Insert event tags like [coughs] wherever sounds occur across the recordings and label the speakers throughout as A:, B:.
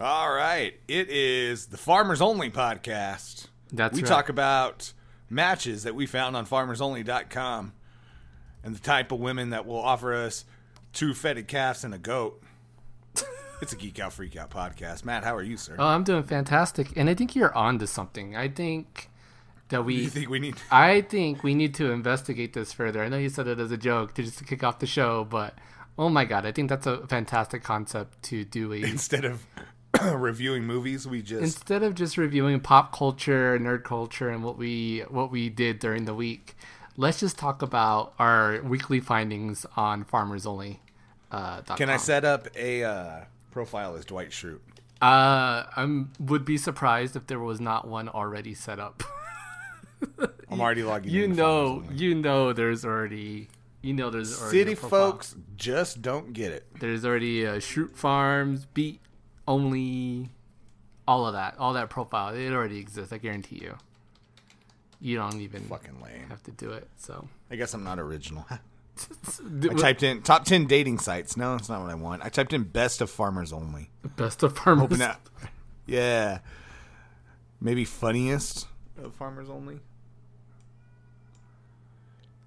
A: right. It is the Farmers Only podcast.
B: That's
A: we
B: right.
A: talk about matches that we found on farmersonly.com and the type of women that will offer us two fetid calves and a
B: [laughs]
A: goat. it's a Geek Out Freak Out podcast. Matt, how are you, sir?
B: Oh, I'm doing fantastic, and I think you're on to something. I think that
A: Do you
B: we,
A: think we need
B: [laughs]
A: [laughs]
B: I think we need to investigate this further. I know you said it as a joke to just to kick off the show, but oh my god, I think that's a fantastic concept to
A: [laughs]
B: do. A,
A: instead of [coughs] reviewing movies, we just
B: instead of just reviewing pop culture, nerd culture, and what we what we did during the week, let's just talk about our weekly findings on Farmers Only. Uh,
A: can I set up a uh, profile as Dwight Schrute?
B: Uh, I would be surprised if there was not one already set up.
A: I'm already logging
B: you
A: in. to
B: know,
A: Farmers Only.
B: you know, there's already, you know, there's already a
A: City
B: profile.
A: folks just don't get it.
B: There's already uh, Shroot Farms, Beat Only, all of that, all that profile. It already exists. I guarantee you. You don't even
A: Fucking lame.
B: have to do it. So,
A: I guess I'm not original.
B: D-
A: [laughs] I typed in top 10 dating sites. No, that's not what I want. I typed in best of farmers only.
B: [laughs] best of farmers.
A: Open that. Yeah. Maybe funniest of farmers only.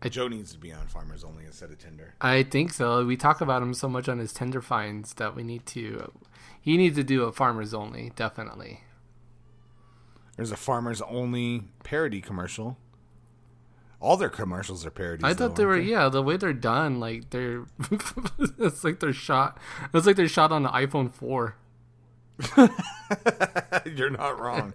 B: I-
A: Joe needs to be on farmers only instead of Tinder.
B: I think so. We talk about him so much on his Tinder finds that we need to. He needs to do a farmers only, definitely.
A: There's a farmers only parody commercial. All their commercials are parodies.
B: I
A: though,
B: thought they were
A: aren't
B: yeah the way they're done like they're [laughs] it's like they're shot it's like they're shot on the iPhone four.
A: [laughs] You're not wrong.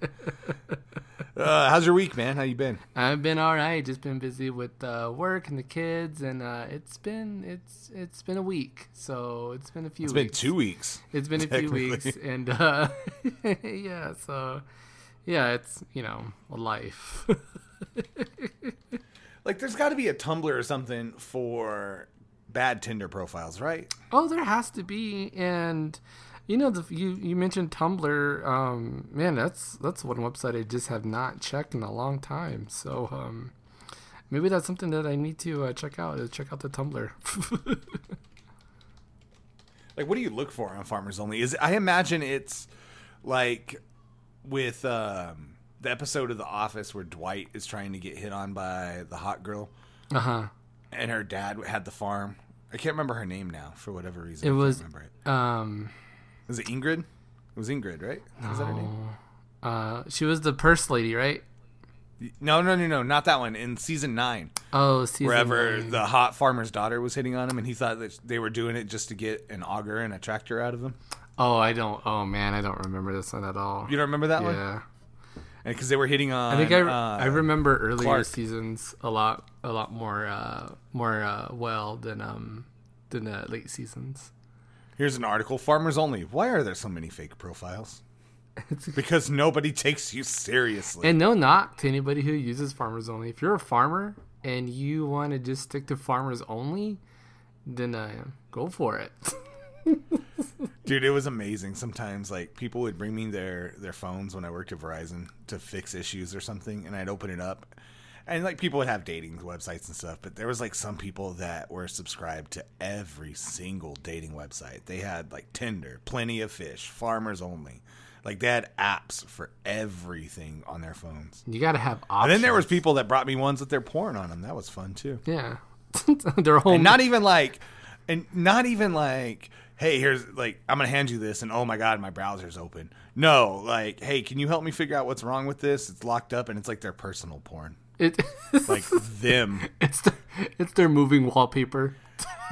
A: uh, how's your week, man? How you been?
B: I've been all right, just been busy with uh, work and the kids, and uh, it's been it's it's been a week, so it's been a few
A: It's been
B: weeks.
A: two weeks.
B: it's been a few
A: technically.
B: weeks, and uh, [laughs] yeah, so yeah, it's you know life. [laughs]
A: Like, there's got to be a Tumblr or something for bad Tinder profiles, right?
B: Oh, there has to be, and you know, the, you you mentioned Tumblr. Um, man, that's that's one website I just have not checked in a long time. So um, maybe that's something that I need to uh, check out. Is check out the Tumblr. [laughs]
A: Like, what do you look for on Farmers Only? Is I imagine it's like with um, the episode of The Office where Dwight is trying to get hit on by the hot girl,
B: uh huh.
A: and her dad had the farm. I can't remember her name now for whatever reason.
B: It
A: I can't
B: was-
A: remember it.
B: Um,
A: Was it Ingrid? It was Ingrid, right? Was that her name?
B: uh, she was the purse lady, right?
A: No, no, no, no, not that one. In season nine,
B: Oh, season
A: wherever
B: nine.
A: the hot farmer's daughter was hitting on him, and he thought that they were doing it just to get an auger and a tractor out of him.
B: Oh, I don't. Oh man, I don't remember this one at all.
A: You don't remember that one?
B: yeah,
A: Because they were hitting on.
B: I think I,
A: uh,
B: I remember earlier
A: Clark.
B: seasons a lot a lot more uh, more uh, well than um than the late seasons.
A: Here's an article Farmers Only. Why are there so many fake profiles? because nobody takes you seriously.
B: And no knock to anybody who uses farmers only. If you're a farmer and you want to just stick to farmers only, then uh, go for it. [laughs]
A: Dude, it was amazing. Sometimes like people would bring me their their phones when I worked at Verizon to fix issues or something and I'd open it up. And like people would have dating websites and stuff, but there was like some people that were subscribed to every single dating website. They had like Tinder, Plenty of Fish, Farmers Only. Like they had apps for everything on their phones.
B: you got to have options.
A: And then there was people that brought me ones with their porn on them. That was fun too.
B: yeah, [laughs] their home.
A: And not even like, and not even like, hey, here's like, I'm gonna hand you this, and oh my god, my browser's open. No, like, hey, can you help me figure out what's wrong with this? It's locked up, and it's like their personal porn,
B: it, [laughs]
A: like them.
B: it's their, it's their moving wallpaper.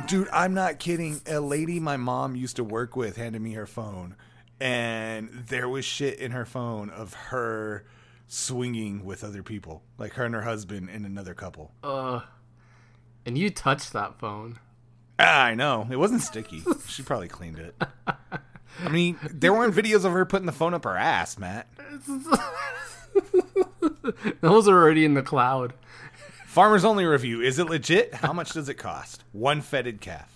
A: Dude, I'm not kidding. A lady my mom used to work with handed me her phone, and there was shit in her phone of her swinging with other people, like her and her husband and another couple.
B: Uh, and you touched that phone. [laughs]
A: Ah, I know. It wasn't sticky. she probably cleaned it. I mean, there weren't videos of her putting the phone up her ass, Matt.
B: Those are already in the cloud.
A: Farmers Only review. Is it legit? How much does it cost? One fetid calf.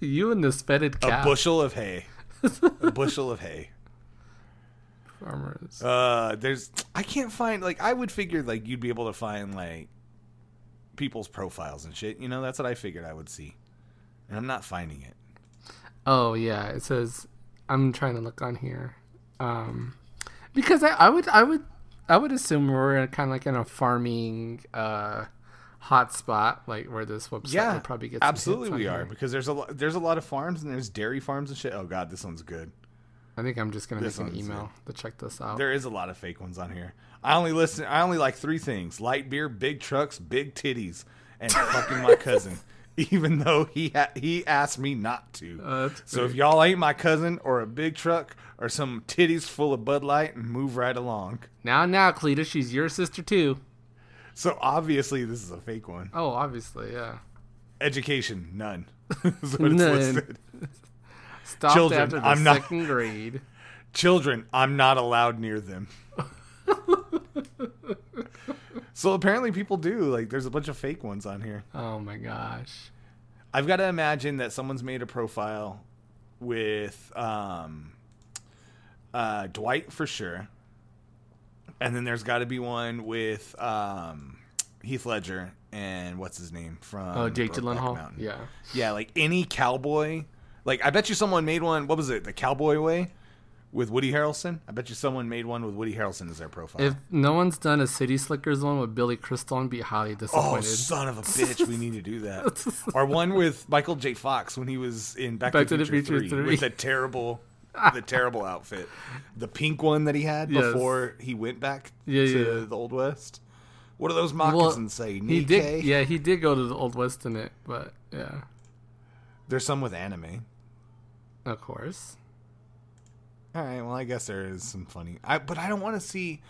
B: You and this fetid
A: A
B: cat
A: bushel of hay. A bushel of hay.
B: farmers.
A: Uh, there's. I can't find. Like, I would figure like you'd be able to find like people's profiles and shit. You know, that's what I figured I would see, and I'm not finding it.
B: Oh yeah, it says I'm trying to look on here. Um, because I, I would I would I would assume we're kind of like in a farming uh, hotspot, like where this website
A: Yeah,
B: would probably get some
A: Absolutely,
B: hits on
A: we are
B: here.
A: because there's a lo- there's a lot of farms and there's dairy farms and shit. Oh god, this one's good.
B: I think I'm just gonna
A: This
B: make an
A: one's
B: email to check this out.
A: There is a lot of fake ones on here. I only listen. I only like three things: light beer, big trucks, big titties,
B: [laughs]
A: and fucking my cousin. Even though he ha- he asked me not to.
B: Uh, that's
A: so if y'all ain't my cousin or a big truck or some titties full of Bud Light, move right along.
B: Now, now, Cleta, she's your sister too.
A: So obviously this is a fake one.
B: Oh, obviously, yeah.
A: Education, none. [laughs] Is what it's
B: None.
A: listed.
B: Stopped
A: Children,
B: after the
A: I'm not-
B: second grade.
A: Children, I'm not allowed near
B: [laughs]
A: them. so apparently people do. Like there's a bunch of fake ones on here.
B: Oh my gosh.
A: I've got to imagine that someone's made a profile with um, uh, Dwight for sure, and then there's got to be one with um, Heath Ledger and what's his name from
B: Oh, Jake
A: Brokeback
B: Gyllenhaal.
A: Mountain.
B: Yeah.
A: yeah, like any cowboy. Like I bet you someone made one. What was it? The Cowboy Way with Woody Harrelson. I bet you someone made one with Woody Harrelson as their profile.
B: If no one's done a City Slickers one with Billy Crystal, I'd be highly
A: Oh,
B: disappointed.
A: son
B: [laughs]
A: of a bitch! We need to do that. or one with Michael J. Fox when he was in Back, to the Future, 3, with a
B: [laughs]
A: terrible, the terrible outfit, the pink one that he had
B: Yes.
A: before he went back
B: Yeah,
A: to
B: yeah.
A: the Old West. What do those
B: Well,
A: moccasins say? Nikkei?
B: he did. Yeah, he did go to the Old West in it, but yeah,
A: There's some with anime.
B: of course.
A: All right. Well, I guess there is some funny. I but I don't want to see,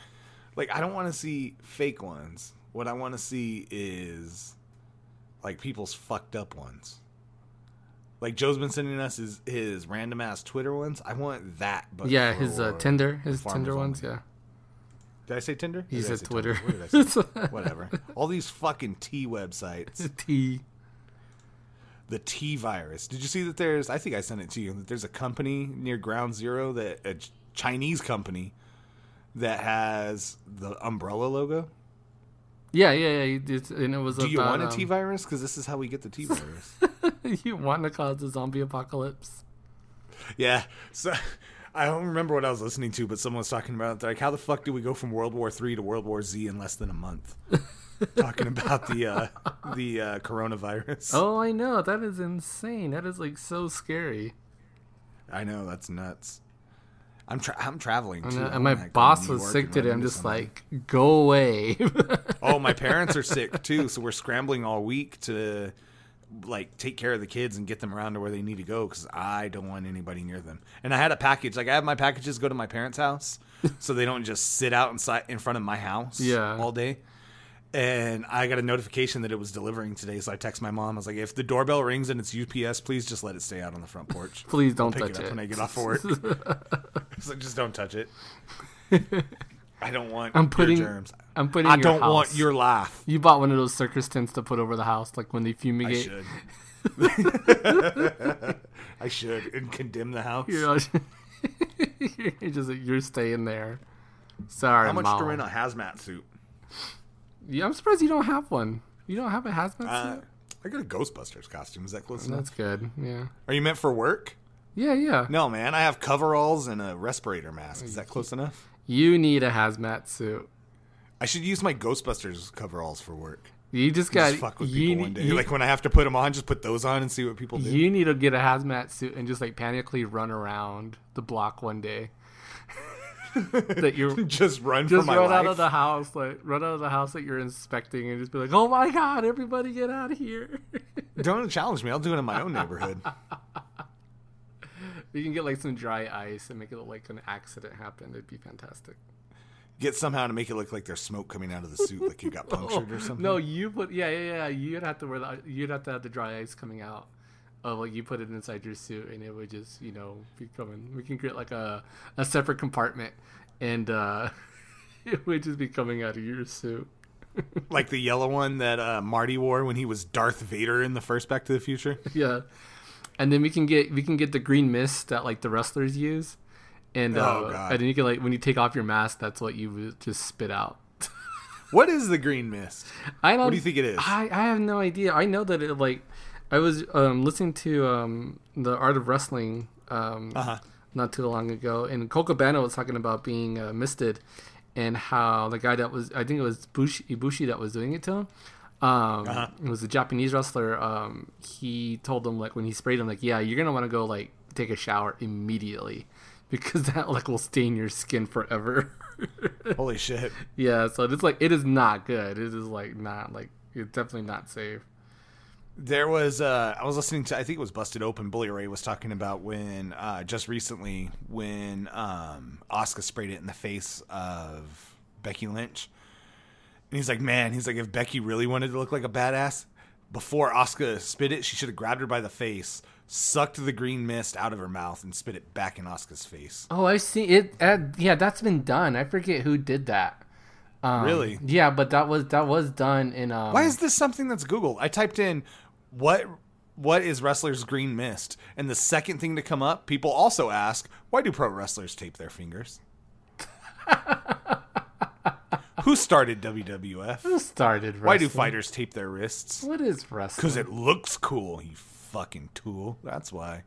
A: like, I don't want to see fake ones. What I want to see is, like, people's fucked up ones. Like Joe's been sending us his his random ass Twitter ones. I want that. But
B: yeah,
A: for-
B: his uh, Tinder, his
A: farmers
B: Tinder ones.
A: only.
B: Yeah,
A: Did I say Tinder? Or
B: he
A: did I
B: said
A: say
B: Twitter.
A: What did I say?
B: [laughs]
A: Whatever. All these fucking T websites.
B: T.
A: The T virus. Did you see that? There's. I think I sent it to you. That there's a company near Ground Zero that a Ch- Chinese company that has the umbrella logo.
B: Yeah, yeah, yeah. It's, and it was
A: Do you
B: about,
A: want a T
B: um,
A: virus? Because this is how we get the T virus.
B: [laughs] you want to cause a zombie apocalypse?
A: yeah. So [laughs] I don't remember what I was listening to, but someone was talking about like how the fuck do we go from World War Three to World War Z in less than a
B: [laughs]
A: month? talking about the uh, the uh, coronavirus.
B: Oh, I know. That is insane. That is like so scary.
A: I know that's nuts. I'm tra- I'm traveling too.
B: And, uh,
A: I'm
B: and my
A: not going to
B: boss
A: New
B: was
A: York
B: sick
A: and
B: today.
A: run
B: I'm
A: into
B: just
A: somebody.
B: like, go away. [laughs]
A: oh, my parents are sick too, so we're scrambling all week to like take care of the kids and get them around to where they need to go because I don't want anybody near them. And I had a package, like I have my packages go to my parents' house, so they don't just sit out inside in front of my house,
B: Yeah.
A: all day. And I got a notification that it was delivering today, so I text my mom. I was like, "If the doorbell rings and it's UPS, please just let it stay out on the front porch.
B: [laughs] Please don't
A: pick
B: touch
A: it up
B: it.
A: when I get off
B: [laughs]
A: work." [laughs] so just don't touch it. I don't want.
B: I'm
A: your
B: putting.
A: germs.
B: I'm putting.
A: I
B: your
A: don't want
B: house-
A: your life.
B: You bought one of those circus tents to put over the house, like when they
A: I
B: fumigate.
A: should.
B: [laughs]
A: I should and condemn the house.
B: You're, like- [laughs] you're just like, you're staying there. Sorry,
A: How much
B: Mom.
A: to rent a hazmat suit?
B: Yeah, I'm surprised you don't have one. You don't have a hazmat
A: Uh,
B: suit.
A: I got a Ghostbusters costume. Is that close enough?
B: That's good. Yeah.
A: Are you meant for work?
B: Yeah, yeah.
A: No, man. I have coveralls and a respirator mask. Is that close enough?
B: You need a hazmat suit.
A: I should use my Ghostbusters coveralls for work.
B: You just got.
A: Just fuck with
B: you,
A: people one day.
B: you-
A: like when I have to put them on, just put those on and see what people do.
B: you need to get a hazmat suit and just like panically run around the block one day. [laughs] that you're
A: just run [laughs] for
B: just
A: my
B: run
A: life.
B: out of the house, like run out of the house that you're inspecting, and just be like, "Oh my god, everybody get out of here!" [laughs]
A: Don't challenge me. I'll do it in my own neighborhood.
B: you can get like some dry ice and make it look like an accident happened. It'd be fantastic.
A: Get somehow to make it look like there's smoke coming out of the suit, like you got punctured or something.
B: [laughs] No, you put yeah, yeah, yeah. You'd have to wear the you'd have to have the dry ice coming out. Of like you put it inside your suit and it would just you know be coming. We can create like a a separate compartment and uh [laughs] it would just be coming out of your suit. [laughs]
A: like the yellow one that uh, Marty wore when he was Darth Vader in the first Back to the Future.
B: Yeah, and then we can get we can get the green mist that like the wrestlers use, and uh,
A: Oh, God.
B: and then you can like when you take off your mask, that's what you would just spit out. [laughs]
A: What is the green mist?
B: I don't.
A: What do you think it is?
B: I, I have no idea. I know that it like I was um, listening to um, the Art of Wrestling um,
A: Uh-huh.
B: not too long ago, and Coco Cabana was talking about being uh, misted, and how the guy that was I think it was Bush, Ibushi that was doing it to him. Um,
A: Uh-huh.
B: It was a Japanese wrestler. Um, he told him like when he sprayed him like, yeah, you're gonna want to go like take a shower immediately because [laughs] that like will stain your skin forever. [laughs]
A: Holy shit.
B: yeah, so it's like it is not good. It is like not like it's definitely not safe.
A: There was uh I was listening to I think it was Busted Open Bully Ray was talking about when uh just recently when um Oscar sprayed it in the face of Becky Lynch. And he's like, "Man, he's like if Becky really wanted to look like a badass, before Oscar spit it, she should have grabbed her by the face, sucked the green mist out of her mouth and spit it back in Oscar's face."
B: Oh, I see it. Uh, yeah, that's been done. I forget who did that. Um,
A: Really?
B: Yeah, but that was that was done in. Um,
A: Why is this something that's Googled? I typed in what what is wrestlers green mist, and the second thing to come up, people also ask, why do pro wrestlers tape their
B: [laughs]
A: fingers? Who started WWF?
B: who started?
A: Why do
B: wrestling?
A: fighters tape their wrists?
B: What is wrestling?
A: Because it looks cool, you fucking tool. That's why.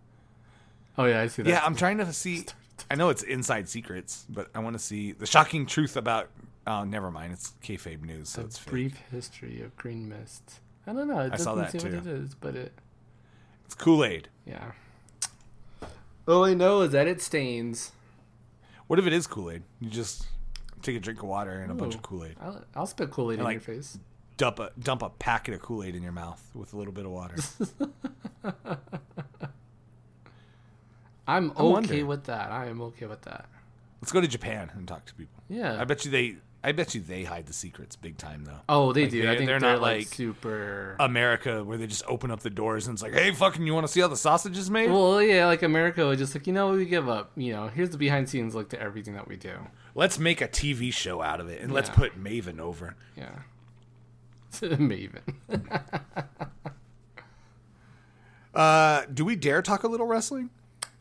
B: Oh yeah, I see that.
A: Yeah, I'm trying to see. I know it's inside secrets, but I want to see the shocking truth about. Oh, never mind. It's kayfabe news, so it's fake.
B: brief history of green mist. I don't know. It doesn't
A: saw
B: say
A: that,
B: what
A: too.
B: it is, but it.
A: It's Kool Aid.
B: Yeah. All I know is that it stains.
A: What if it is Kool Aid? You just take a drink of water and a bunch
B: Ooh.
A: of Kool Aid.
B: I'll, I'll spit Kool Aid in
A: like-
B: your face.
A: Dump a dump a packet of Kool Aid in your mouth with a little bit of
B: [laughs]
A: water.
B: I'm okay
A: wonder.
B: with that. I am okay with that.
A: Let's go to Japan and talk to people.
B: Yeah.
A: I bet you they I bet you they hide the secrets big time though.
B: oh, they
A: like,
B: do.
A: they-
B: I think
A: they're
B: they're,
A: not,
B: like,
A: like,
B: super.
A: America where they just open up the doors and it's like, hey fucking you wanna see how the sausage is made?
B: well, yeah, like America was just like, you know what, we give up. You know, here's the behind scenes look to everything that we do.
A: Let's make a TV show out of it and let's
B: Yeah.
A: put Maven over.
B: Yeah. [laughs] Maven.
A: Uh do we dare talk a little wrestling?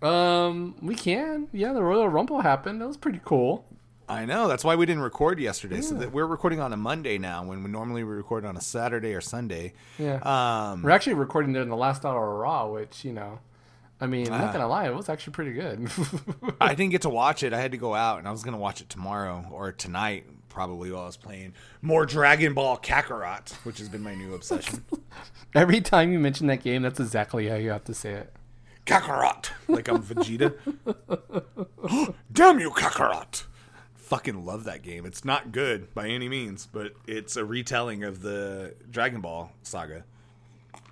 B: Um, we can. Yeah, the Royal Rumble happened. That was pretty cool.
A: I know. That's why we didn't record yesterday. So that we're recording on a Monday now when we normally we record on a Saturday or Sunday.
B: Yeah.
A: Um
B: We're actually recording it in the last hour of Raw, which, you know, I mean, I'm not going to lie, it was actually pretty good. [laughs]
A: I didn't get to watch it. I had to go out, and I was gonna watch it tomorrow or tonight, probably while I was playing more Dragon Ball Kakarot, which has been my new obsession.
B: Every time you mention that game, that's exactly how you have to say it.
A: Kakarot, like I'm Vegeta. [gasps] Damn you, Kakarot! Fucking love that game. It's not good by any means, but it's a retelling of the Dragon Ball saga, and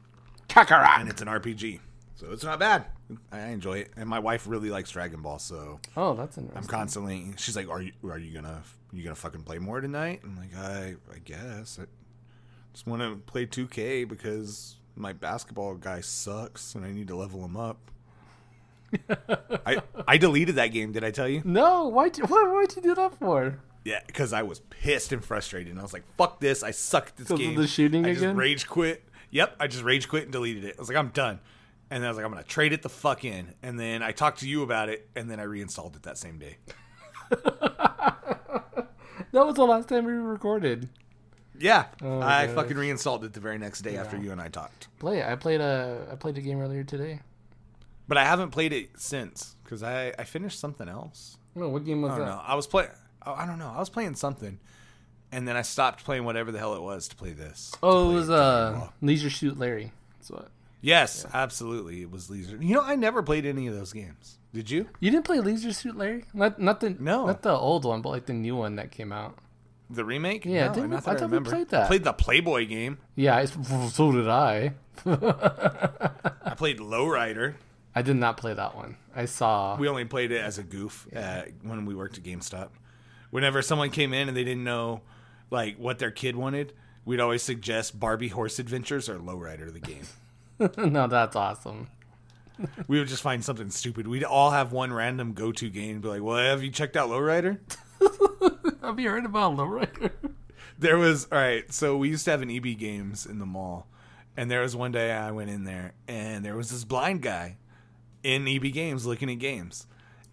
B: Kakarot.
A: it's an RPG, so it's not bad. I enjoy it, and my wife really likes Dragon Ball, so
B: Oh, that's interesting.
A: I'm constantly. She's like, "Are you are you gonna you gonna fucking play more tonight?" I'm like, "I I guess I just want to play 2K because my basketball guy sucks and I need to level him
B: [laughs]
A: up." I I deleted that game. Did I tell you?
B: no, why'd you, [laughs] why, why'd you do that for?
A: Yeah, because I was pissed and frustrated, and I was like, "Fuck this! I suck at this
B: 'Cause of
A: game."
B: the shooting
A: I
B: again?
A: just rage quit. Yep, I just rage quit and deleted it. I was like, "I'm done," and then I was like, "I'm gonna trade it the fuck in." And then I talked to you about it, and then I reinstalled it that same day.
B: That was the last time we recorded.
A: Yeah,
B: my
A: I
B: gosh.
A: fucking reinstalled it the very next day after you and I talked.
B: Play. it. I played a I played a game earlier today.
A: But I haven't played it since because I I finished something else.
B: No, Oh, what game was
A: I
B: that?
A: don't know. I was playing. Oh, I don't know. I was playing something, and then I stopped playing whatever the hell it was to play this. to
B: Oh, it
A: play
B: was
A: Dragon
B: uh
A: Ball.
B: Leisure Shoot Larry. That's what.
A: Yes, absolutely. It was Leisure. You know, I never played any of those games. Did you?
B: You didn't play Leisure Suit Larry? Not not the
A: No.
B: not the old one, but like the new one that came out.
A: The remake?
B: Yeah,
A: No,
B: didn't we-
A: not that
B: I thought we
A: remember.
B: played that.
A: I played the Playboy game.
B: Yeah, it's, [laughs] so did I. [laughs]
A: I played Lowrider.
B: I did not play that one. I saw. [laughs]
A: We only played it as a goof uh, when we worked at GameStop. Whenever someone came in and they didn't know like what their kid wanted, we'd always suggest Barbie Horse Adventures or Lowrider the
B: [laughs]
A: game.
B: no, that's awesome.
A: we would just find something stupid. We'd all have one random go-to game and be like, "Well, have you checked out
B: [laughs]
A: Lowrider?"
B: Have you heard about Lowrider?
A: There was all right. So we used to have an EB Games in the mall, and there was one day I went in there, and there was this blind guy in EB Games looking at games,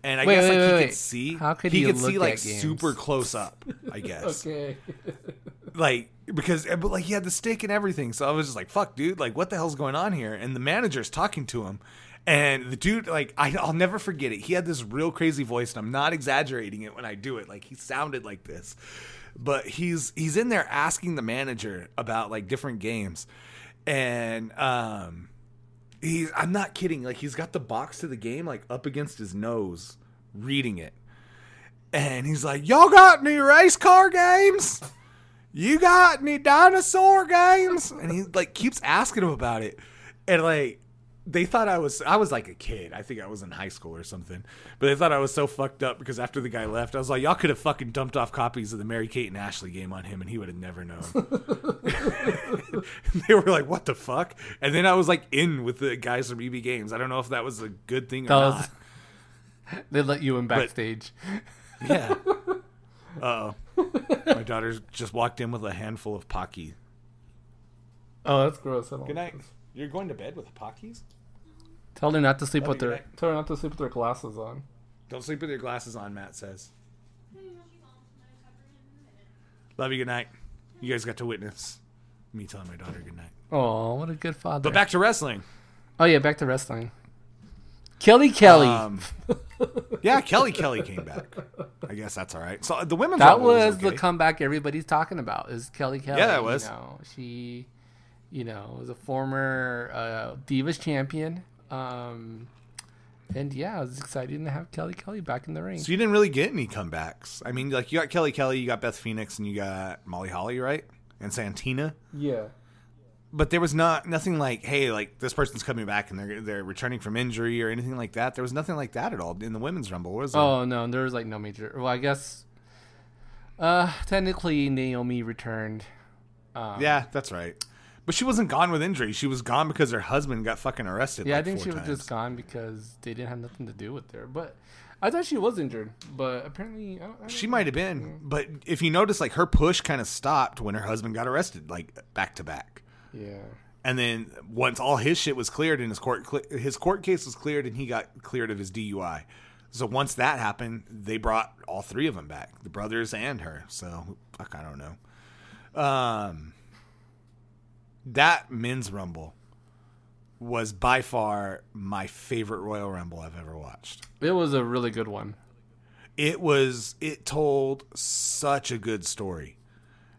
A: and I
B: Wait,
A: guess
B: wait,
A: like he
B: wait,
A: could
B: wait.
A: see.
B: How could
A: he,
B: he
A: could
B: look
A: see like
B: at games?
A: super close up?
B: [laughs]
A: I guess
B: okay.
A: like because but like he had the stick and everything. So I was just like, "Fuck, dude! Like, what the hell's going on here?" And the manager's talking to him, And the dude, like, I, I'll never forget it. He had this real crazy voice, and I'm not exaggerating it when I do it. Like, he sounded like this. But he's he's in there asking the manager about like different games, and um, he's I'm not kidding. Like, he's got the box to the game like up against his nose, reading it, and he's like, "Y'all got any race car games?" you got any dinosaur games? And he like keeps asking him about it. And like they thought I was I was like a kid. I think I was in high school or something. But they thought I was so fucked up because after the guy left, I was like, Y'all could have fucking dumped off copies of the Mary Kate and Ashley game on him and he would have never known. [laughs] they were like, What the fuck? And then I was like in with the guys from EB Games. I don't know if that was a good thing or
B: That
A: not.
B: was- They let you in backstage. [laughs]
A: [laughs] Yeah. Uh oh. My daughter's just walked in with a handful of Pocky.
B: oh, that's gross. I don't
A: Good night.
B: like this.
A: You're going to bed with Pockies?
B: Tell her not to sleep
A: Love
B: with
A: you,
B: their
A: good night.
B: tell her not to sleep with their glasses on.
A: Don't sleep with your glasses on, Matt says. Love you, good night. You guys got to witness me telling my daughter good night.
B: Oh, what a good father.
A: But back to wrestling.
B: oh yeah, back to wrestling. Kelly Kelly.
A: Um, yeah, Kelly Kelly came back. I guess that's all right. So uh, the women's
B: that
A: Rumble
B: was the
A: okay.
B: comeback everybody's talking about is Kelly Kelly.
A: that was.
B: You know, she, you know, was a former uh, Divas champion. Um, and yeah, it was exciting to have Kelly Kelly back in the ring.
A: so you didn't really get any comebacks. I mean, like you got Kelly Kelly, you got Beth Phoenix, and you got Molly Holly, right? And Santina.
B: yeah.
A: But there was not nothing like, hey, like this person's coming back and they're they're returning from injury or anything like that. There was nothing like that at all in the women's rumble, was there?
B: Oh no, there was like no major. Well, I guess. Uh, technically Naomi returned. Um,
A: Yeah, that's right. But she wasn't gone with injury. She was gone because her husband got fucking arrested.
B: Yeah,
A: like
B: I think
A: four
B: she
A: times.
B: was just gone because they didn't have nothing to do with her. But I thought she was injured, but apparently I don't, I don't
A: She
B: know.
A: might have been, but if you notice, like her push kind of stopped when her husband got arrested, like back to back.
B: Yeah.
A: And then once all his shit was cleared and his court cle his court case was cleared and he got cleared of his DUI, so once that happened, they brought all three of them back, the brothers and her. So fuck, I don't know. Um, that men's rumble was by far my favorite Royal Rumble I've ever watched.
B: It was a really good one.
A: It was it told such a good story.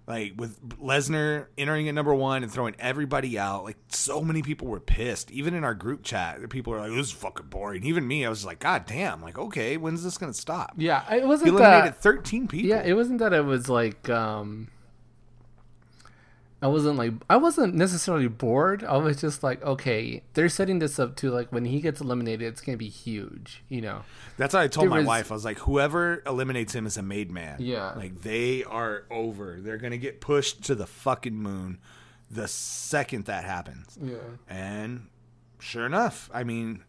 A: Like with Lesnar entering at number one and throwing everybody out, like so many people were pissed. Even in our group chat, people were like, "This is fucking boring." Even me, I was like, "God damn!" Like, okay, when's this gonna stop?
B: Yeah, it
A: He
B: wasn't
A: eliminated
B: that.
A: thirteen people.
B: Yeah, it wasn't that. It was like um, I wasn't like I wasn't necessarily bored. I was just like, okay, they're setting this up to like when he gets eliminated, it's gonna be huge. You know,
A: That's what I told
B: There
A: my
B: was-
A: wife. I was like, "Whoever eliminates him is a made man."
B: Yeah.
A: like they are over. They're gonna get pushed to the fucking moon the second that happens.
B: yeah,
A: And sure enough, I mean,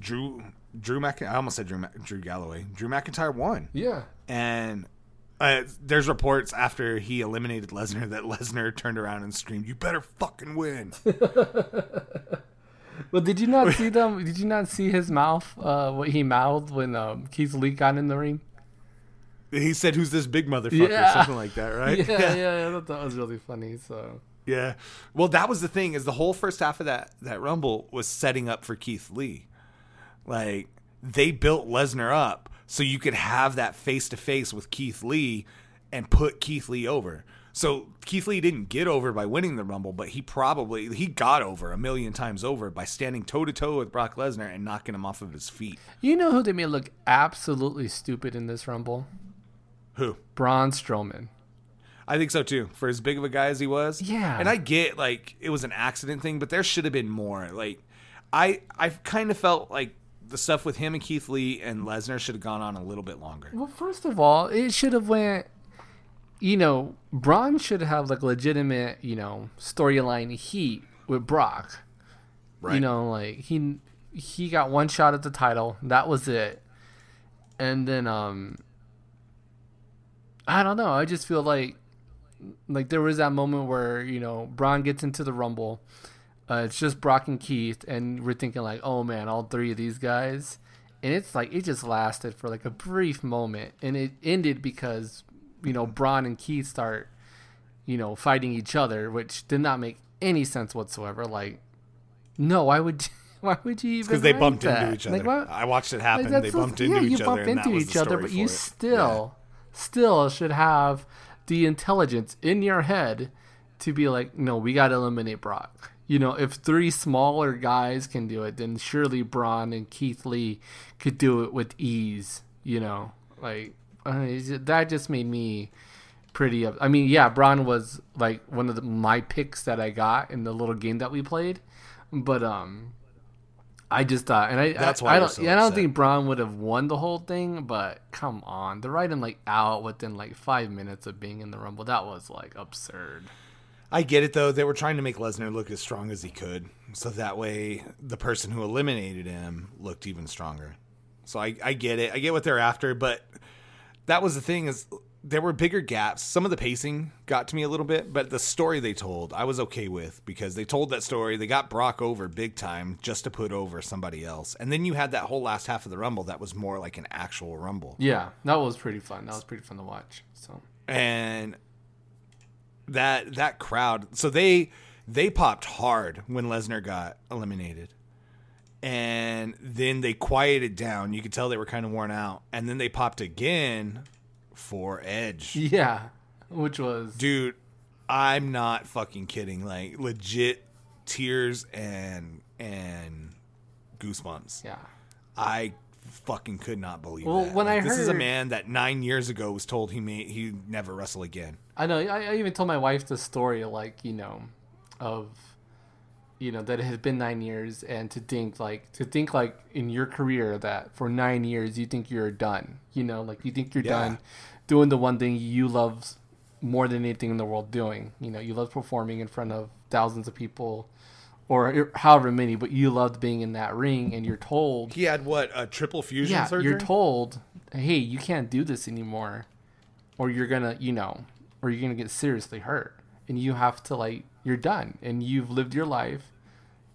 A: Drew Drew Mc I almost said Drew Mc- Drew Galloway. Drew McIntyre won,
B: yeah,
A: and uh, there's reports after he eliminated Lesnar that [laughs] Lesnar turned around and screamed, "You better fucking
B: [laughs]
A: win!"
B: Well, did you [laughs] not see them? Did you not see his mouth? Uh, what he mouthed when um, Keith Lee got in the ring?
A: he said, "Who's this big motherfucker?"
B: Yeah.
A: Something like that,
B: [laughs]
A: right?
B: Yeah, yeah, yeah. I thought that was really funny. So
A: Yeah. Well, that was the thing is the whole first half of that that rumble was setting up for Keith Lee. Like they built Lesnar up so you could have that face to face with Keith Lee and put Keith Lee over. So Keith Lee didn't get over by winning the rumble, but he probably he got over a million times over by standing toe to toe with Brock Lesnar and knocking him off of his feet.
B: you know who they made look absolutely stupid in this rumble?
A: Who?
B: Braun Strowman.
A: I think so too. For as big of a guy as he was,
B: Yeah.
A: And I get like it was an accident thing, but there should have been more. Like, I I kind of felt like the stuff with him and Keith Lee and Lesnar should have gone on a little bit longer.
B: Well, first of all, it should have went. You know, Braun should have like legitimate, you know, storyline heat with Brock.
A: Right.
B: You know, like he he got one shot at the title. That was it. And then um I don't know. I just feel like like there was that moment where, you know, Braun gets into the rumble. Uh, it's just Brock and Keith and we're thinking like, "Oh man, all three of these guys." And it's like it just lasted for like a brief moment and it ended because, you know, Braun and Keith start you know, fighting each other, which did not make any sense whatsoever. Like, no, why would [laughs] why would you even?
A: because they
B: write
A: bumped
B: that?
A: into each other.
B: Like, what-
A: I watched it
B: like,
A: happen.
B: that's
A: they
B: so-
A: bumped into
B: yeah,
A: each other,
B: you bump
A: and that
B: into
A: was
B: each
A: the story
B: other, but
A: for
B: you
A: it.
B: still, still should have the intelligence in your head to be like, no, we got to eliminate Brock. You know, if three smaller guys can do it, then surely Braun and Keith Lee could do it with ease. You know, like uh, it's ju- that just made me pretty. Up- I mean, yeah, Braun was like one of the, my picks that I got in the little game that we played, but um, I just thought, and I
A: That's
B: I-
A: why
B: I
A: you're
B: don't,
A: so
B: yeah, I don't
A: upset.
B: think Braun would have won the whole thing, but come on, to write him like out within like five minutes of being in the Rumble, that was like absurd.
A: I get it though. They were trying to make Lesnar look as strong as he could, so that way the person who eliminated him looked even stronger. So I, I get it. I get what they're after, but that was the thing is there were bigger gaps. Some of the pacing got to me a little bit, but the story they told I was okay with because they told that story. They got Brock over big time just to put over somebody else, and then you had that whole last half of the Rumble that was more like an actual Rumble.
B: Yeah, that was pretty fun. That was pretty fun to watch. So [laughs]
A: and that that crowd so they they popped hard when Lesnar got eliminated and then they quieted down you could tell they were kind of worn out and then they popped again for Edge
B: yeah, which was
A: dude I'm not fucking kidding like legit tears and and goosebumps
B: yeah.
A: I fucking could not believe
B: Well,
A: that.
B: when
A: Like,
B: I
A: this is a
B: heard-
A: man that 9 years ago was told he may he never wrestle again
B: I know. I, I even told my wife the story, like you know, of you know that it had been nine years, and to think like to think like in your career that for nine years you think you're done. You know, like you think you're
A: Yeah.
B: done doing the one thing you love more than anything in the world doing. You know, you love performing in front of thousands of people, or er, however many, but you loved being in that ring, and you're told
A: He had what a triple fusion
B: yeah,
A: surgery.
B: you're told, hey, you can't do this anymore, or you're gonna, you know, or you're gonna get seriously hurt, and you have to like, you're done, and you've lived your life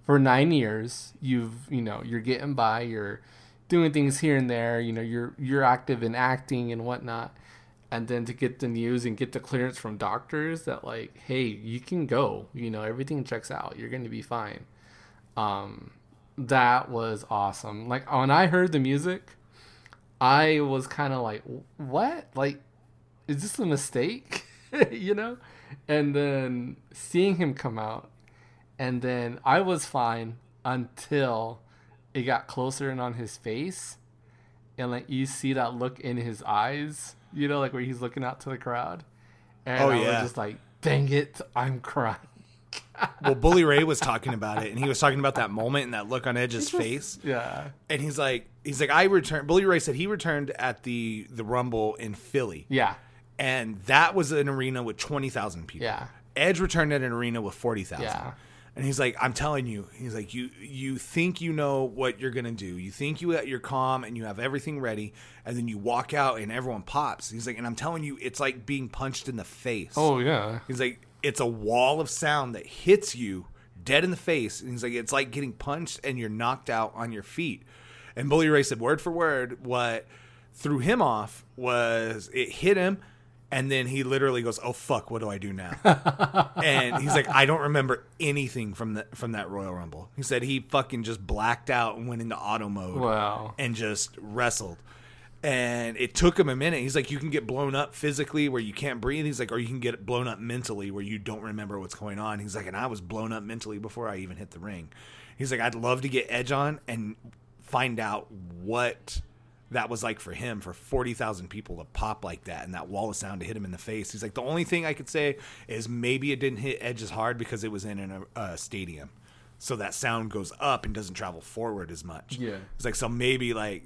B: for nine years. You've, you know, you're getting by. You're doing things here and there. You know, you're you're active in acting and whatnot, and then to get the news and get the clearance from doctors that like, hey, you can go. You know, everything checks out. You're gonna be fine that was awesome. Like when I heard the music, I was kind of like, "What? Like, is this a mistake?" [laughs] you know. And then seeing him come out, and then I was fine until it got closer and on his face, and like you see that look in his eyes, you know, like where he's looking out to the crowd, and
A: Oh,
B: I
A: yeah.
B: was just like, "Dang it, I'm crying."
A: well, Bully Ray was talking about it, and he was talking about that moment and that look on Edge's face,
B: Yeah.
A: and he's like, he's like, I returned. Bully Ray said he returned at the the Rumble in Philly,
B: Yeah.
A: and that was an arena with twenty thousand people.
B: Yeah.
A: Edge returned at an arena with forty thousand.
B: Yeah.
A: And he's like, I'm telling you, he's like, you you think you know what you're gonna do. You think you you're calm and you have everything ready, and then you walk out and everyone pops. He's like, and I'm telling you, it's like being punched in the face.
B: Oh yeah.
A: He's like, it's a wall of sound that hits you dead in the face. And he's like, it's like getting punched and you're knocked out on your feet. And Bully Ray said, word for word, what threw him off was it hit him. And then he literally goes, "Oh fuck, what do I do
B: [laughs]
A: now?" and he's like, "I don't remember anything from the from that Royal Rumble." He said he fucking just blacked out and went into auto mode
B: Wow.
A: and just wrestled. And it took him a minute. He's like, you can get blown up physically where you can't breathe. He's like, or you can get blown up mentally where you don't remember what's going on. He's like, and I was blown up mentally before I even hit the ring. He's like, I'd love to get Edge on and find out what that was like for him for 40,000 people to pop like that and that wall of sound to hit him in the face. He's like, the only thing I could say is maybe it didn't hit Edge as hard because it was in an, a stadium. So that sound goes up and doesn't travel forward as much.
B: Yeah.
A: It's like so maybe like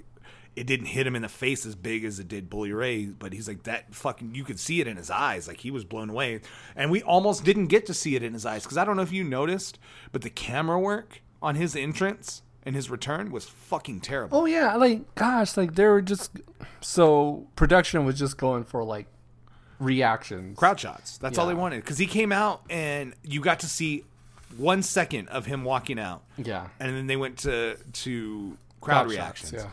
A: it didn't hit him in the face as big as it did Bully Ray, but he's like that fucking you could see it in his eyes, like he was blown away. And we almost didn't get to see it in his eyes because I don't know if you noticed, but the camera work on his entrance and his return was fucking terrible.
B: Oh yeah, like gosh, like they were just so production was just going for like reactions.
A: Crowd shots. That's all they
B: Yeah.
A: wanted because he came out and you got to see one second of him walking out,
B: Yeah.
A: and then they went to to crowd,
B: Crowd shots,
A: reactions.
B: yeah.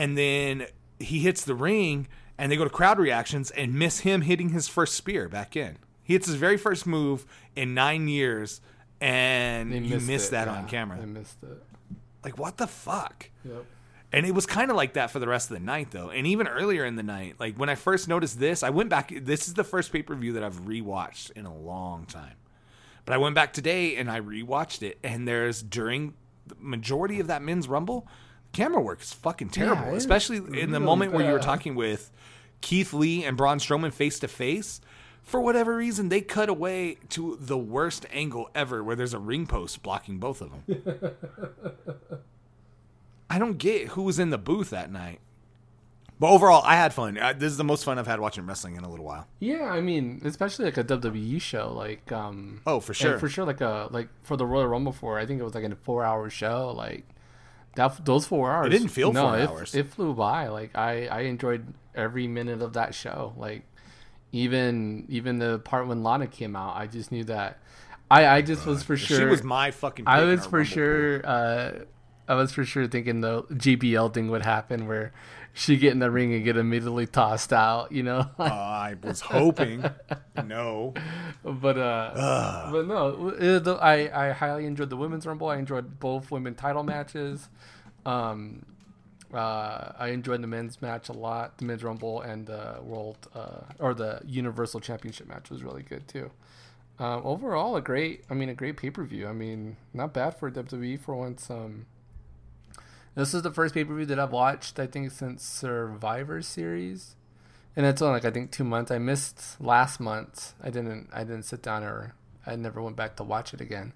A: and then he hits the ring and they go to crowd reactions and miss him hitting his first spear back in. He hits his very first move in nine years and
B: They
A: you
B: missed
A: miss
B: it,
A: that
B: yeah,
A: on camera.
B: They missed it.
A: Like what the fuck?
B: Yep.
A: And it was kind of like that for the rest of the night, though. And even earlier in the night, like when I first noticed this, I went back. This is the first pay per view that I've rewatched in a long time. But I went back today and I rewatched it. And there's during the majority of that men's rumble, camera work is fucking terrible,
B: it is
A: especially in the
B: really
A: moment where you were
B: bad.
A: talking with Keith Lee and Braun Strowman face to face. For whatever reason, they cut away to the worst angle ever, where there's a ring post blocking both of them.
B: [laughs]
A: I don't get who was in the booth that night. But overall, I had fun. I, this is the most fun I've had watching wrestling in a little while.
B: Yeah, I mean, especially like a WWE show, like um,
A: Oh, for
B: and
A: sure.
B: for sure, like a like for the Royal Rumble four, I think it was like a four hour show, like that those four hours.
A: didn't feel
B: no,
A: four
B: it,
A: hours.
B: It flew by. Like I I enjoyed every minute of that show. Like even even the part when Lana came out, I just knew that. I I just was for sure.
A: She was my fucking.
B: I
A: pick in
B: was
A: our
B: for
A: Rumble pool.
B: sure. Uh, I was for sure thinking the JBL thing would happen, where she get in the ring and get immediately tossed out. You know, [laughs]
A: Uh, I was hoping. no.
B: but uh,
A: Oh,
B: but no, it, the, I I highly enjoyed the women's rumble. I enjoyed both women title matches. Um, uh, I enjoyed the men's match a lot. The men's rumble and the world uh, or the universal championship match was really good too. Um, overall, a great. I mean, a great pay per view. I mean, not bad for WWE for once. Um, this is the first pay per view that I've watched. I think since Survivor Series and it's only like I think two months. I missed last month. I didn't. I didn't sit down or I never went back to watch it again.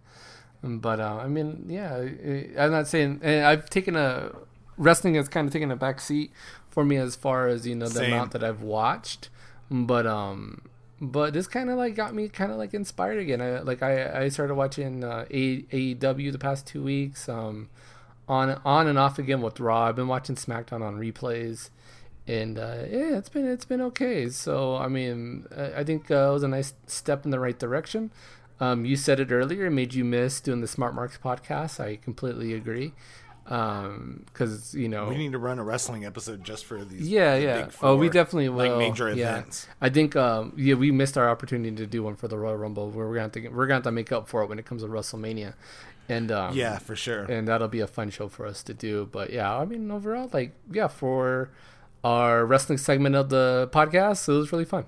B: But uh, I mean, yeah, I- I'm not saying. And I've taken a wrestling has kind of taken a back seat for me as far as you know the
A: Same.
B: amount that I've watched. But um, but this kind of like got me kind of like inspired again. I like I I started watching uh, A- AEW the past two weeks. Um, on on and off again with Raw. I've been watching SmackDown on replays, and uh, yeah, it's been it's been okay. So I mean, I, I think uh, it was a nice step in the right direction. Um, you said it earlier, it made you miss doing the Smart Marks podcast. I completely agree, because you know
A: We need to run a wrestling episode just for these.
B: yeah,
A: the
B: yeah.
A: big
B: Oh, we
A: four,
B: definitely will.
A: Like major
B: yeah.
A: events.
B: I think um, yeah, we missed our opportunity to do one for the Royal Rumble. Where we're gonna have to, we're gonna have to make up for it when it comes to WrestleMania, and um,
A: Yeah, for sure.
B: and that'll be a fun show for us to do. But yeah, I mean, overall, like, yeah, for our wrestling segment of the podcast, it was really fun.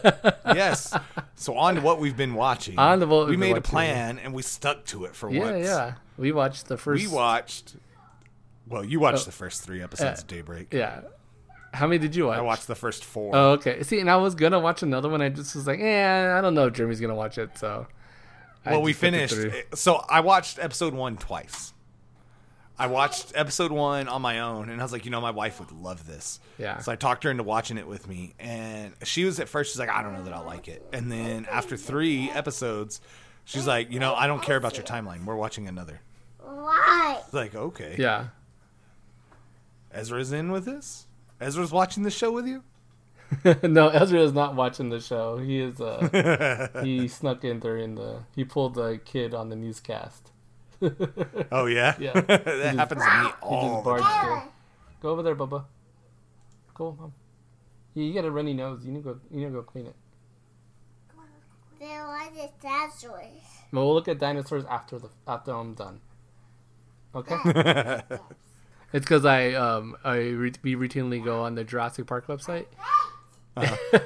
B: [laughs]
A: yes. So on to what we've been watching.
B: On to what
A: we
B: we've been
A: made a
B: watching.
A: plan and we stuck to it for
B: yeah,
A: once.
B: yeah. We watched the first.
A: We watched. Well, you watched the first three episodes
B: uh,
A: of Daybreak.
B: Oh. Yeah. How many did you watch?
A: I watched the first four.
B: Oh, okay. See, and I was gonna watch another one. I just was like, eh, I don't know if Jeremy's gonna watch it. So. I
A: Well, we
B: just put the
A: finished.
B: three.
A: So I watched episode one twice. I watched episode one on my own, and I was like, you know, my wife would love this.
B: Yeah.
A: So I talked her into watching it with me, and she was at first she's like, I don't know that I'll like it, and then after three episodes, she's like, you know, I don't care about your timeline. We're watching another.
C: Why?
A: It's like, okay,
B: Yeah. [laughs]
A: Ezra's in with this. Ezra's watching the show with you.
B: no, Ezra is not watching the show. He is. Uh,
A: [laughs]
B: he snuck in during the. He pulled the kid on the newscast. [laughs]
A: Oh yeah, [laughs]
B: Yeah.
A: that happens to me
B: He just
A: all the
B: barged
A: time.
B: in. Go over there, Bubba. Go, mom. You, you got a runny nose. You need to go. You need to go clean it.
C: There was a dinosaurs.
B: Well, we'll look at dinosaurs after the after I'm done. Okay. it's because I um I re- we routinely go on the Jurassic Park website.
A: Uh-huh.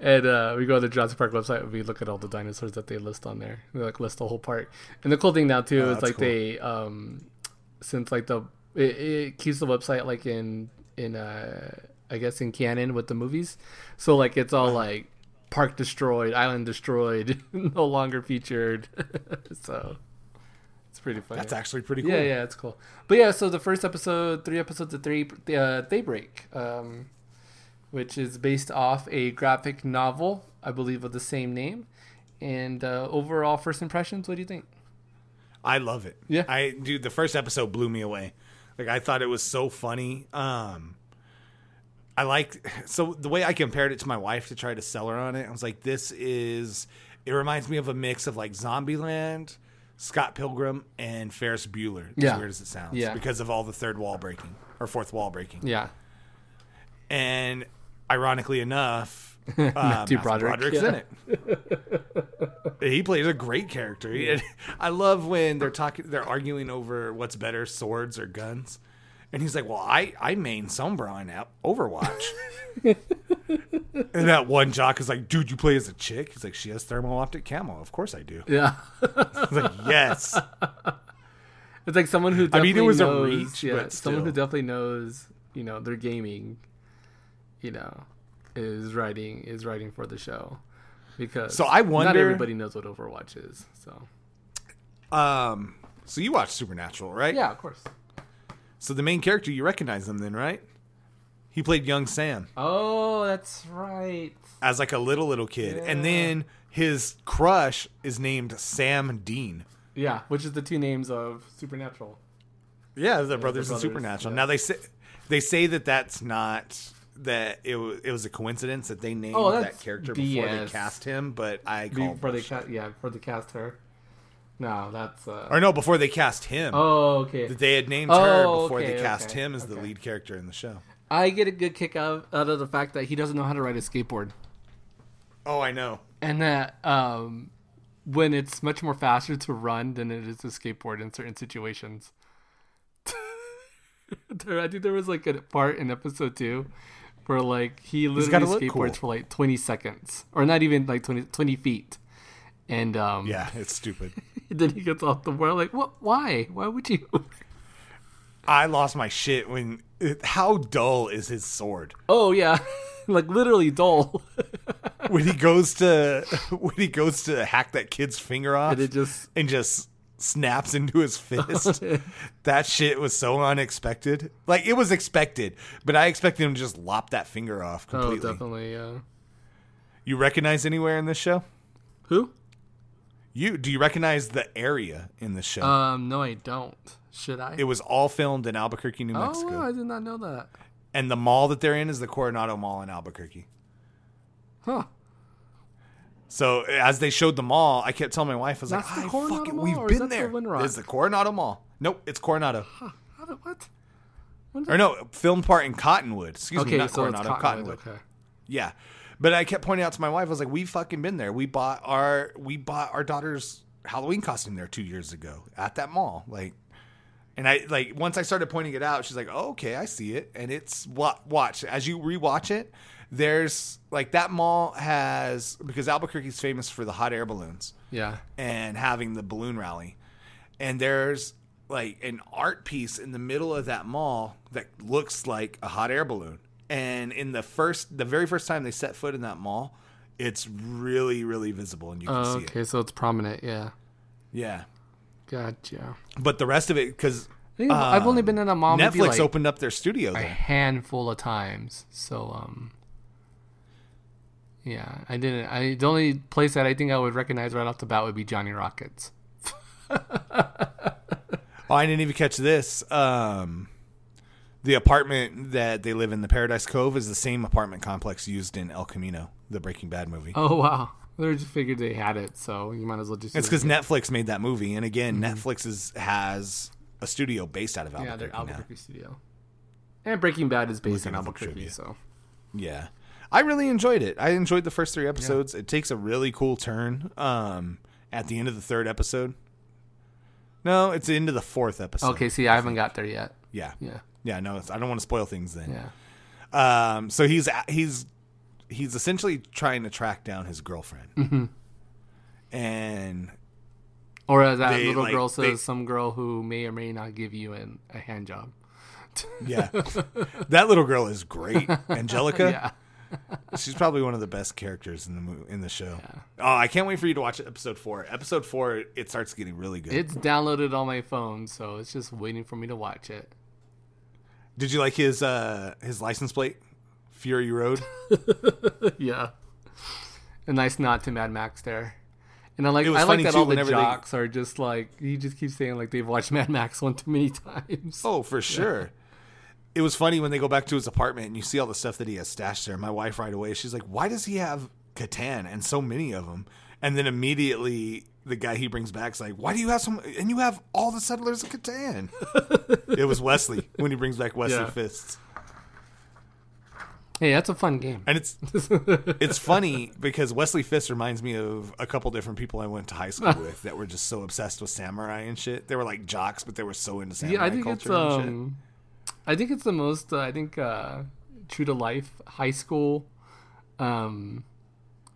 B: and uh, we go on the Jurassic Park website and we look at all the dinosaurs that they list on there. They like list the whole park. And the cool thing now too
A: Oh,
B: is
A: that's
B: like
A: cool.
B: they um since like the it, it keeps the website like in in uh I guess in canon with the movies. So like it's all like park destroyed, island destroyed, [laughs] no longer featured. [laughs] so it's pretty
A: [laughs]
B: funny.
A: That's actually pretty cool.
B: yeah, yeah, it's cool. But yeah, so the first episode, three episodes of three, uh, Daybreak, um, which is based off a graphic novel, I believe, of the same name. And uh, overall, first impressions, what do you think?
A: I love it.
B: Yeah.
A: I dude, the first episode blew me away. Like I thought it was so funny. Um I like [laughs] so the way I compared it to my wife to try to sell her on it, I was like, this is it reminds me of a mix of like Zombieland, Scott Pilgrim, and Ferris Bueller, as
B: Yeah.
A: weird as it sounds.
B: Yeah.
A: Because of all the third wall breaking or fourth wall breaking.
B: Yeah,
A: And ironically enough, uh,
B: [laughs] Matthew
A: Matthew
B: Broderick,
A: Broderick's
B: yeah.
A: in it. He plays a great character. He- [laughs] I love when they're talking, they're arguing over what's better, swords or guns. And he's like, "Well, I I main Sombra on out-
B: [laughs]
A: Overwatch." and that one jock is like, "Dude, you play as a chick?" He's like, "She has thermal optic camo. Of course I do."
B: Yeah. [laughs]
A: I was like, "Yes."
B: It's like someone who definitely
A: mean, it was a
B: knows,
A: reach,
B: yeah,
A: but
B: someone who
A: still.
B: definitely knows, you know, their gaming, you know, is writing is writing for the show because
A: So I
B: not
A: wonder-
B: everybody knows what Overwatch is. So
A: um, so you watch Supernatural, right?
B: yeah, of course.
A: So the main character, you recognize him then, right? He played young Sam
B: Oh, that's right.
A: as like a little little kid,
B: Yeah.
A: and then his crush is named Sam Dean.
B: Yeah, which is the two names of Supernatural.
A: Yeah, the brothers,
B: brothers,
A: in Supernatural.
B: yeah.
A: Now they say they say that that's not that it was it was a coincidence that they named
B: Oh,
A: that
B: that's
A: character before they
B: BS.
A: cast him, but I call
B: Before they
A: bullshit.
B: cast, yeah, before they cast her. No, that's uh,
A: or no before they cast him.
B: oh okay.
A: That they had named
B: Oh,
A: her before
B: okay,
A: they cast
B: okay,
A: him as the
B: okay.
A: lead character in the show.
B: I get a good kick out, out of the fact that he doesn't know how to ride a skateboard.
A: Oh, I know.
B: and that um, when it's much more faster to run than it is to skateboard in certain situations. [laughs] there, I think there was like a part in episode two where like he
A: gotta
B: literally skateboards
A: look cool.
B: for like 20 seconds or not even like 20, 20 feet. And um,
A: Yeah, it's
B: [laughs]
A: stupid.
B: then he gets off the world like, what? Why? Why would you? [laughs]
A: I lost my shit when it, how dull is his sword
B: oh yeah, [laughs] like literally dull.
A: when he goes to [laughs] when he goes to hack that kid's finger off
B: and it just
A: and just snaps into his fist. that shit was so unexpected. Like it was expected, but I expected him to just lop that finger off
B: [laughs] oh
A: completely.
B: definitely yeah.
A: you recognize anywhere in this show?
B: Who?
A: You do you recognize the area in the show?
B: Um, no, I don't. Should I?
A: it was all filmed in Albuquerque, New
B: oh,
A: Mexico,
B: wow, I did not know that.
A: and the mall that they're in is the Coronado Mall in Albuquerque.
B: Huh.
A: So as they showed the mall, I kept telling my wife, "I was
B: That's the
A: like, I
B: Coronado
A: fucking,
B: Mall,
A: we've
B: or is
A: been
B: that the
A: there.
B: Winrock?
A: It's the Coronado Mall. Nope, it's Coronado.
B: How did, what?
A: Or no, filmed part in Cottonwood. Excuse me,
B: Okay,
A: not
B: so
A: Coronado,
B: it's
A: Cottonwood.
B: Cottonwood. Okay.
A: Yeah. But I kept pointing out to my wife, I was like, we fucking been there. We bought our we bought our daughter's Halloween costume there two years ago at that mall. Like and I like once I started pointing it out, she's like, oh, okay, I see it. And it's wa- watch as you rewatch it. There's like that mall has because Albuquerque's famous for the hot air balloons
B: Yeah.
A: and having the balloon rally. And there's like an art piece in the middle of that mall that looks like a hot air balloon. And in the first, the very first time they set foot in that mall, it's really, really visible and you can see it.
B: okay, so it's prominent. Yeah.
A: Yeah.
B: Gotcha.
A: But the rest of it, because
B: I think I've I've only been in a mall maybe
A: Um, Netflix
B: Um, like
A: opened up their studio
B: a
A: there.
B: handful of times. So um. Yeah, I didn't. I the only place that I think I would recognize right off the bat would be Johnny Rockets.
A: Oh, I didn't even catch this. Um, the apartment that they live in, the Paradise Cove, is the same apartment complex used in El Camino, the Breaking Bad movie.
B: Oh wow, they just figured they had it, so you might as well just.
A: It's because Netflix made that movie, and again, Netflix is, has a studio based out of
B: Mm-hmm. yeah,
A: Albuquerque.
B: their
A: Yeah,
B: Albuquerque studio. And Breaking Bad is based
A: Looking at
B: in
A: the
B: Albuquerque,
A: trivia.
B: so
A: yeah, I really enjoyed it. I enjoyed the first three episodes. It takes a really cool turn um, at the end of the third episode. No, it's the end of the fourth episode.
B: okay. See, I haven't got there yet.
A: Yeah.
B: Yeah,
A: Yeah. No, it's, I don't want to spoil things then.
B: yeah.
A: Um, so he's he's he's essentially trying to track down his girlfriend,
B: Mm-hmm.
A: and
B: Or as that
A: They,
B: little
A: like,
B: girl says,
A: they-
B: some girl who may or may not give you an, a
A: [laughs]
B: hand job.
A: yeah,
B: [laughs]
A: that little girl is great, Angelica.
B: Yeah.
A: She's probably one of the best characters in the mo- in the show. Oh, I can't wait for you to watch episode four. Episode four, it starts getting really good.
B: It's downloaded on my phone, so it's just waiting for me to watch it.
A: [laughs] Did you like his uh his license plate? Fury Road.
B: yeah. A nice nod to Mad Max there. And I like
A: It was
B: I like
A: funny,
B: that
A: too,
B: all the
A: whenever they-
B: jocks are just like he just keeps saying like they've watched [laughs] Mad Max one too many times.
A: Oh, for sure. It was funny when they go back to his apartment and you see all the stuff that he has stashed there. My wife right away, she's like, "Why does he have Catan and so many of them?" And then immediately the guy he brings back's like, "Why do you have some? And you have all the settlers of Catan." it was Wesley when he brings back Wesley
B: Yeah.
A: Fists.
B: Hey, that's a fun game.
A: And
B: [laughs]
A: it's it's funny because Wesley Fisk reminds me of a couple different people I went to high school with that were just so obsessed with samurai and shit. They were like jocks, but they were so into samurai
B: yeah, I think
A: culture
B: it's
A: and shit.
B: um, I think it's the most uh, I think uh, true to life high school, um,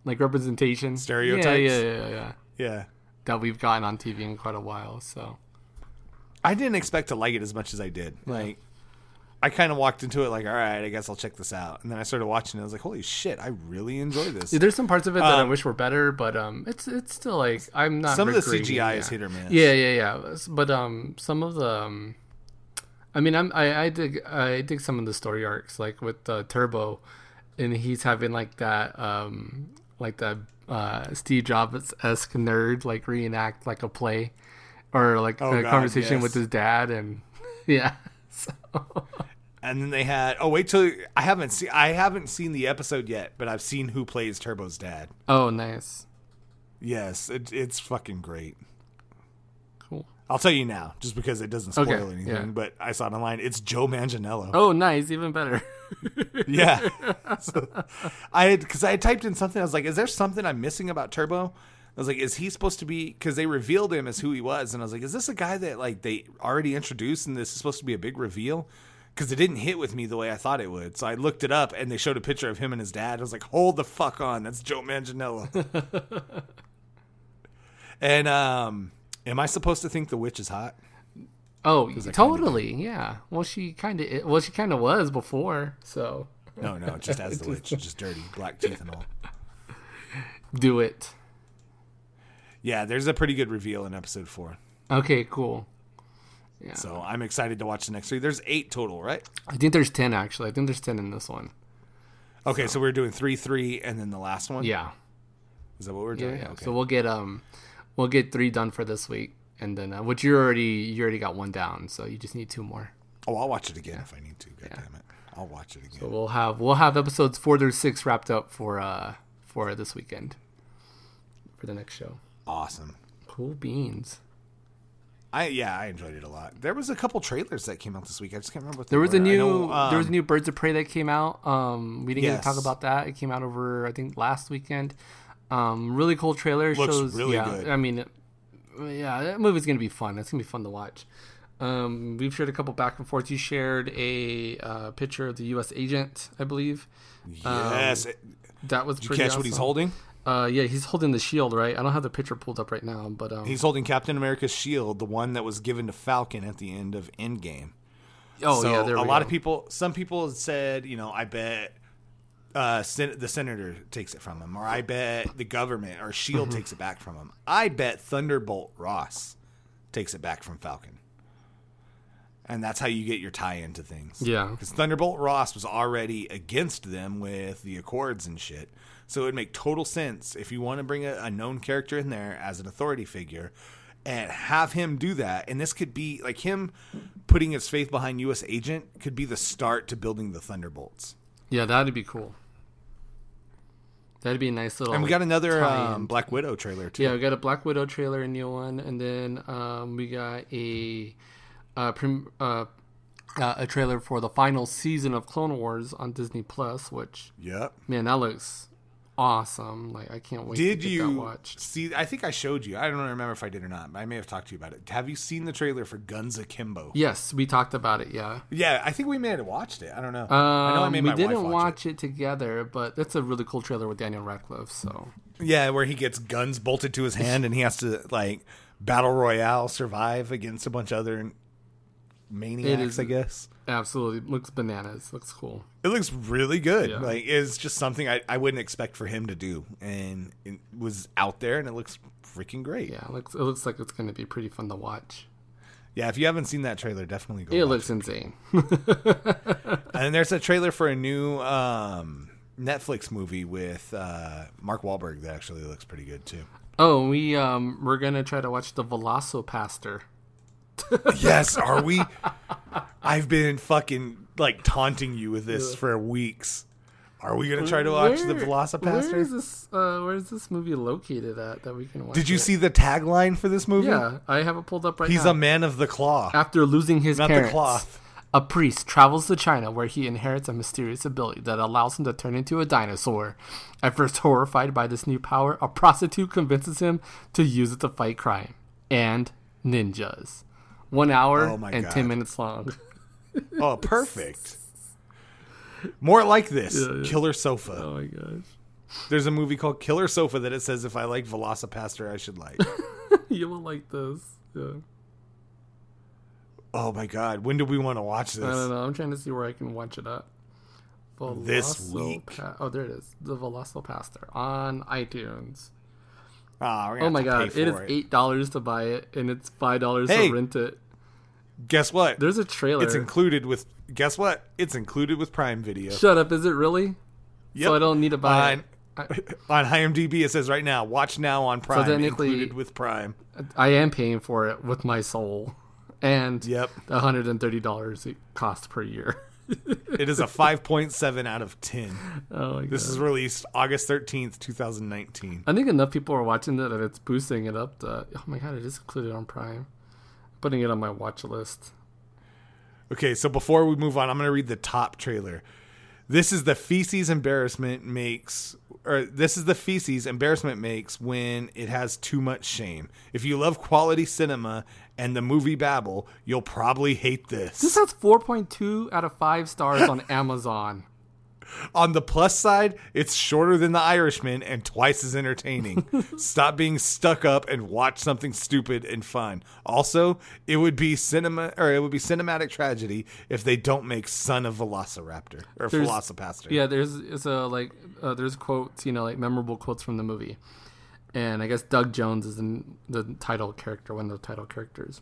B: like representation
A: Stereotypes?
B: Yeah, yeah, yeah, yeah, yeah.
A: Yeah.
B: That we've gotten on TV in quite a while. So
A: I didn't expect to like it as much as I did. Like, I kind of walked into it like, all right, I guess I'll check this out. And then I started watching it. I was like, holy shit, I really enjoy this.
B: Yeah, there's some parts of it that I
A: Um,
B: wish were better, but um, it's it's still like I'm not.
A: Some of the
B: regretting-
A: CGI
B: yeah.
A: is hit or miss.
B: Yeah, yeah, yeah. S- But um, some of the, um, I mean, I'm I, I dig I dig some of the story arcs, like with uh, Turbo, and he's having like that um like that uh Steve Jobs esque nerd like reenact like a play, or like
A: Oh,
B: a
A: God,
B: conversation
A: yes.
B: with his dad, and [laughs] yeah. So,
A: And then they had. Oh wait till I haven't seen. I haven't seen the episode yet, but I've seen who plays Turbo's dad.
B: oh, nice,
A: Yes, it, it's fucking great.
B: cool.
A: I'll tell you now, just because it doesn't spoil
B: Okay,
A: anything.
B: yeah.
A: But I saw it online. It's Joe Manganiello.
B: Oh, nice, even better. [laughs]
A: Yeah. [laughs] so I had because I had typed in something. I was like, "Is there something I'm missing about Turbo?" I was like, "Is he supposed to be?" Because they revealed him as who he was, and I was like, "Is this a guy that like they already introduced, and this is supposed to be a big reveal?" Because it didn't hit with me the way I thought it would. So I looked it up, and they showed a picture of him and his dad. I was like, "Hold the fuck on, that's Joe Manganiello." and um, am I supposed to think the witch is hot?
B: Oh, totally. Yeah. Well, she kind of well, she kind of was before. So
A: No, no, just as the witch, just dirty, black teeth and all.
B: do it.
A: Yeah, there's a pretty good reveal in episode four.
B: Okay, cool.
A: So I'm excited to watch the next three. There's eight total, right?
B: I think there's ten actually. I think there's ten in this one.
A: Okay, so, we're doing three, three, and then the last one.
B: Yeah.
A: is that what we're
B: Yeah.
A: doing?
B: yeah.
A: Okay.
B: So we'll get um, we'll get three done for this week, and then uh, which you already you already got one down, so you just need two more.
A: oh, I'll watch it again if I need to. God damn it, I'll watch it again.
B: But we'll have we'll have episodes four through six wrapped up for uh for this weekend for the next show.
A: awesome.
B: Cool beans.
A: I yeah, I enjoyed it a lot. There was a couple trailers that came out this week. I just can't remember. What they
B: There was
A: were.
B: a
A: I
B: new
A: know,
B: there was
A: um,
B: a new Birds of Prey that came out. Um, we didn't get to talk
A: Yes.
B: about that. It came out over I think last weekend. Um, really cool trailer
A: Looks
B: shows.
A: really
B: yeah,
A: good.
B: I mean, yeah, that movie's gonna be fun. It's gonna be fun to watch. Um, we've shared a couple back and forths. You shared a uh, picture of the U.S. agent, I believe.
A: um, yes. It-
B: That was
A: Did you
B: pretty
A: catch what he's
B: awesome.
A: holding?
B: Uh, yeah, he's holding the shield, right? I don't have the picture pulled up right now, but um,
A: He's holding Captain America's shield, the one that was given to Falcon at the end of Endgame.
B: oh
A: so
B: yeah, there
A: a
B: we
A: lot
B: go.
A: of people, some people said, you know, I bet uh, sen- the senator takes it from him, or I bet the government or Shield
B: Mm-hmm.
A: takes it back from him. I bet Thunderbolt Ross takes it back from Falcon, and that's how you get your tie into things.
B: Yeah.
A: because Thunderbolt Ross was already against them with the Accords and shit. So it would make total sense if you want to bring a, a known character in there as an authority figure and have him do that. And this could be like him putting his faith behind U.S. Agent could be the start to building the Thunderbolts.
B: Yeah, that'd be cool. That'd be a nice little.
A: And we got another
B: tie-in.
A: um, Black Widow trailer too.
B: Yeah, we got a Black Widow trailer, a new one, and then um, we got a uh, prim, uh, uh, a trailer for the final season of Clone Wars on Disney Plus. Which
A: Yep.
B: man, that looks awesome! Like I can't wait.
A: Did
B: to get that
A: you
B: watched?
A: see? I think I showed you. I don't remember if I did or not. But I may have talked to you about it. Have you seen the trailer for Guns Akimbo?
B: Yes, we talked about it. Yeah,
A: Yeah, I think we may have watched it. I don't know.
B: um,
A: I know I made
B: we
A: my wife
B: didn't
A: watch, it.
B: watch it. together, but that's a really cool trailer with Daniel Radcliffe. So
A: Yeah, where he gets guns bolted to his hand and he has to like battle royale survive against a bunch of other maniacs,
B: is-
A: I guess.
B: absolutely looks bananas. Looks cool.
A: It looks really good.
B: Yeah.
A: Like it's just something I, I wouldn't expect for him to do. And it was out there and it looks freaking great. Yeah.
B: Yeah, it looks it looks like it's going to be pretty fun to watch.
A: if you haven't seen that trailer, definitely go.
B: It
A: watch
B: looks insane.
A: it. And there's a trailer for a new um Netflix movie with uh, Mark Wahlberg that actually looks pretty good too.
B: Oh, we um we're gonna try to watch the Velocipaster.
A: Yes, are we? [laughs] I've been fucking like taunting you with this for weeks. Are we gonna try to watch the
B: Where- Where is
A: Velocipaster?
B: this? Uh, where is this movie located at that we can watch?
A: Did you
B: it?
A: see the tagline for this movie?
B: Yeah, I have it pulled up right
A: He's
B: now.
A: a man of the claw,
B: After losing his
A: not
B: parents,
A: the cloth.
B: A priest travels to China where he inherits a mysterious ability that allows him to turn into a dinosaur. At first horrified by this new power, a prostitute convinces him to use it to fight crime and ninjas. One hour
A: Oh my
B: and
A: God.
B: 10 minutes long. [laughs]
A: Oh, perfect. More like this
B: Yeah, Oh. yeah.
A: Killer Sofa.
B: my gosh.
A: There's a movie called Killer Sofa that it says if I like Velocipaster, I should
B: [laughs]
A: like.
B: [laughs] You will like this. Yeah.
A: oh my god, when do we want to watch
B: I don't
A: this?
B: know. I'm trying to see where I can watch it at.
A: This week.
B: Velocipa- Oh, there it is. The Velocipaster on iTunes.
A: Ah, we're gonna
B: Oh my
A: have to pay
B: god, it is
A: for
B: eight dollars to buy it, and it's five dollars
A: Hey.
B: to rent it.
A: Guess what?
B: There's a trailer.
A: It's included with. Guess what? It's included with Prime Video.
B: Shut up! Is it really?
A: Yep.
B: So I don't need to buy it.
A: on [laughs] IMDb, it says right now, watch now on Prime,
B: technically-
A: included with Prime.
B: I am paying for it with my soul, and
A: Yep.
B: the hundred and thirty dollars it costs per year. [laughs]
A: It is a 5.7 out of 10.
B: oh my
A: This
B: god!
A: is released August 13th, 2019.
B: I think enough people are watching it that it's boosting it up. To, oh my god! It is included on Prime. Putting it on my watch list.
A: Okay, so before we move on, I'm going to read the top trailer. This is the feces embarrassment makes, or this is the feces embarrassment makes when it has too much shame. If you love quality cinema and the movie Babel, you'll probably hate
B: This has 4.2 out of 5
A: [laughs]
B: stars on Amazon.
A: On the plus side, it's shorter than The Irishman and twice as
B: [laughs]
A: entertaining. Stop being stuck up and watch something stupid and fun. Also, it would be cinema or it would be cinematic tragedy if they don't make Son of Velociraptor or
B: There's-
A: Velocipaster.
B: Yeah, there's it's a like uh, there's quotes, you know, like memorable quotes from the movie. And I guess Doug Jones is in the title character, one of the title characters.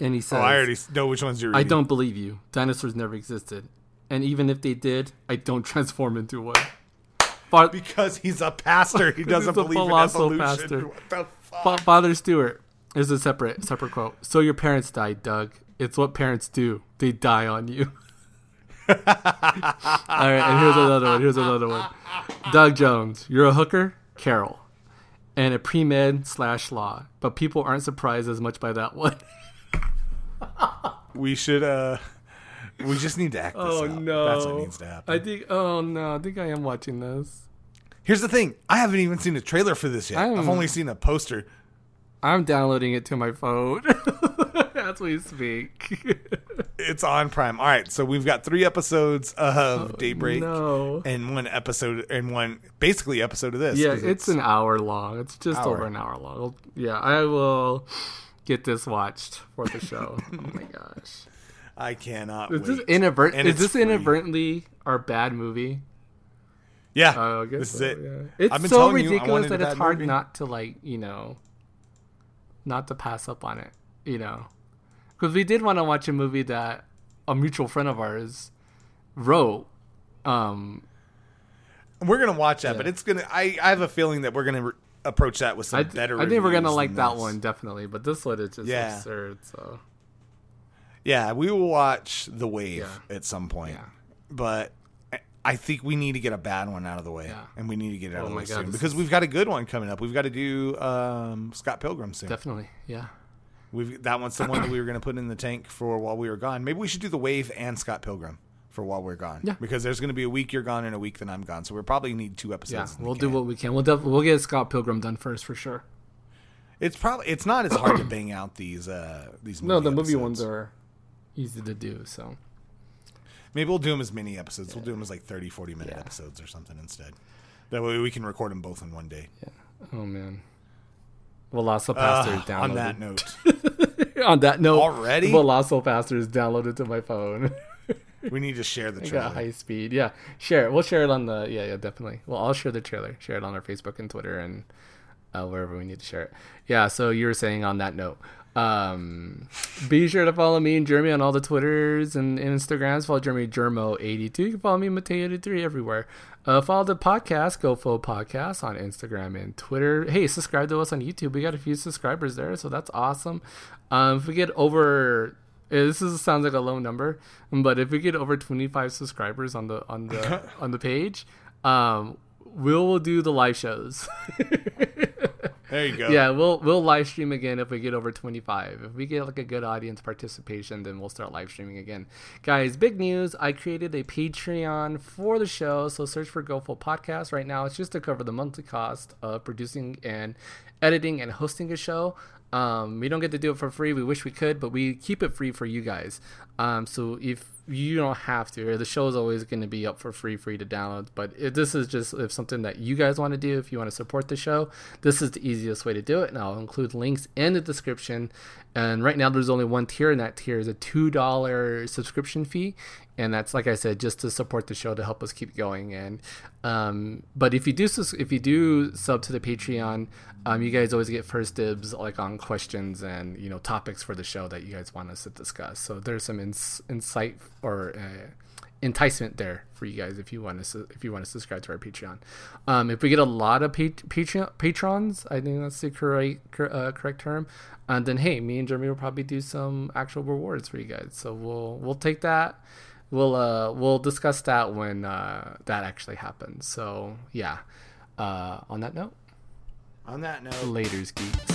B: And he says,
A: Oh, I already know which ones you're
B: "I
A: reading.
B: don't believe you. Dinosaurs never existed. And even if they did, I don't [laughs] transform into one." Fa-
A: because he's a
B: [laughs]
A: pastor. He doesn't
B: He's a
A: believe in evolution.
B: Velocipaster.
A: [laughs] What the fuck?
B: Fa- Father Stewart is a separate separate quote. So your parents died, Doug. It's what parents do. They die on you. [laughs] All right, and here's another one. Here's another one. Doug Jones, you're a hooker, Carol, and a pre med slash law. But people aren't surprised as much by that one. [laughs]
A: We should. uh We just need to act this out. That's what needs to happen.
B: Oh, I think. Oh no, I think I am watching this.
A: Here's the thing: I haven't even seen a trailer for this yet.
B: I'm-
A: I've only seen a poster.
B: I'm downloading it to my phone. [laughs] That's we speak.
A: It's on Prime. All right, so we've got three episodes of Daybreak
B: Oh, no.
A: and one episode and one basically episode of this.
B: Yeah,
A: 'cause
B: it's, an hour long. It's just
A: Hour.
B: over an hour long. Yeah, I will get this watched for
A: [laughs]
B: the show. oh my gosh.
A: I cannot
B: Is this
A: wait.
B: inadvertent?
A: And
B: Is
A: it's
B: this
A: free.
B: inadvertently our bad movie?
A: yeah,
B: Oh, I guess
A: this is
B: so,
A: it.
B: yeah. It's
A: I've been
B: so
A: telling you, I
B: ridiculous
A: wanted a
B: that it's
A: bad
B: hard
A: movie.
B: not to like, you know, not to pass up on it. You know, because we did want to watch a movie that a mutual friend of ours wrote. Um,
A: We're gonna watch that, but it's gonna. I, I have a feeling that we're gonna re- approach that with some
B: I,
A: better.
B: I think we're gonna
A: reviews
B: like
A: than
B: that
A: this.
B: one definitely, but this one is just
A: Yeah.
B: absurd. So.
A: Yeah, we will watch The Wave
B: Yeah.
A: at some point,
B: Yeah.
A: but. I- I think we need to get a bad one out of the way,
B: Yeah. Oh
A: and we need to get it out of the
B: my
A: way
B: God,
A: soon
B: this
A: because we've got a good one coming up. We've got to do um, Scott Pilgrim soon.
B: Definitely, yeah.
A: We've that one's the one that we were going to put in the tank for while we were gone. Maybe we should do the Wave and Scott Pilgrim for while we're gone.
B: Yeah.
A: Because there's going to be a week you're gone and a week that I'm gone, so we'll probably need two
B: Yeah,
A: episodes. in the
B: we'll do
A: can.
B: what we can. We'll def- we'll get Scott Pilgrim done first for sure.
A: It's probably it's not as hard to bang out these uh these. Movie
B: No, the movie
A: episodes.
B: ones are easy to do. So
A: Maybe we'll do them as mini episodes. We'll do them as like 30, 40 minute episodes or something instead. That way we can record them both in one day.
B: oh man, Velocipaster
A: Uh,
B: is downloaded.
A: on that note,
B: On that note,
A: Already?
B: Velocipaster is downloaded to my phone. [laughs]
A: we need to share the
B: Got
A: trailer.
B: high speed. [laughs] Yeah, share it. We'll share it on the yeah yeah definitely. We'll all share the trailer. Share it on our Facebook and Twitter and uh, wherever we need to share it. Yeah. So you were saying on that note. Um, be sure to follow me and Jeremy on all the Twitters and, and Instagrams. Follow Jeremy Germo82. You can follow me Mateo83 everywhere. Uh, follow the podcast, GoFo Podcast, on Instagram and Twitter. Hey, subscribe to us on YouTube. We got a few subscribers there, so that's awesome. Um, if we get over, eh, this is, sounds like a low number, but if we get over 25 subscribers on the on the [laughs] on the page, um, we'll do the live shows.
A: There you go.
B: yeah, we'll we'll live stream again if we get over 25. If we get like a good audience participation, then we'll start live streaming again. Guys, big news! I created a Patreon for the show, so search for GoFull Podcast right now. It's just to cover the monthly cost of producing and editing and hosting a show. Um, we don't get to do it for free. We wish we could, but we keep it free for you guys. Um, so if you don't have to, the show is always going to be up for free for you to download. But if this is just if something that you guys want to do, if you want to support the show, this is the easiest way to do it. And I'll include links in the description. And right now, there's only one tier, and that tier is a two dollar subscription fee and that's like I said, just to support the show to help us keep going. And um, but if you do sus- if you do sub to the Patreon, um, you guys always get first dibs like on questions and you know topics for the show that you guys want us to discuss. So there's some ins- insight or uh, enticement there for you guys if you want to su- if you want to subscribe to our Patreon. Um, if we get a lot of pat- Patreon patrons, I think that's the correct cor- uh, correct term. And then hey, me and Jeremy will probably do some actual rewards for you guys. So we'll we'll take that we'll uh we'll discuss that when uh that actually happens so yeah uh on that note
A: On that note,
B: laters geeks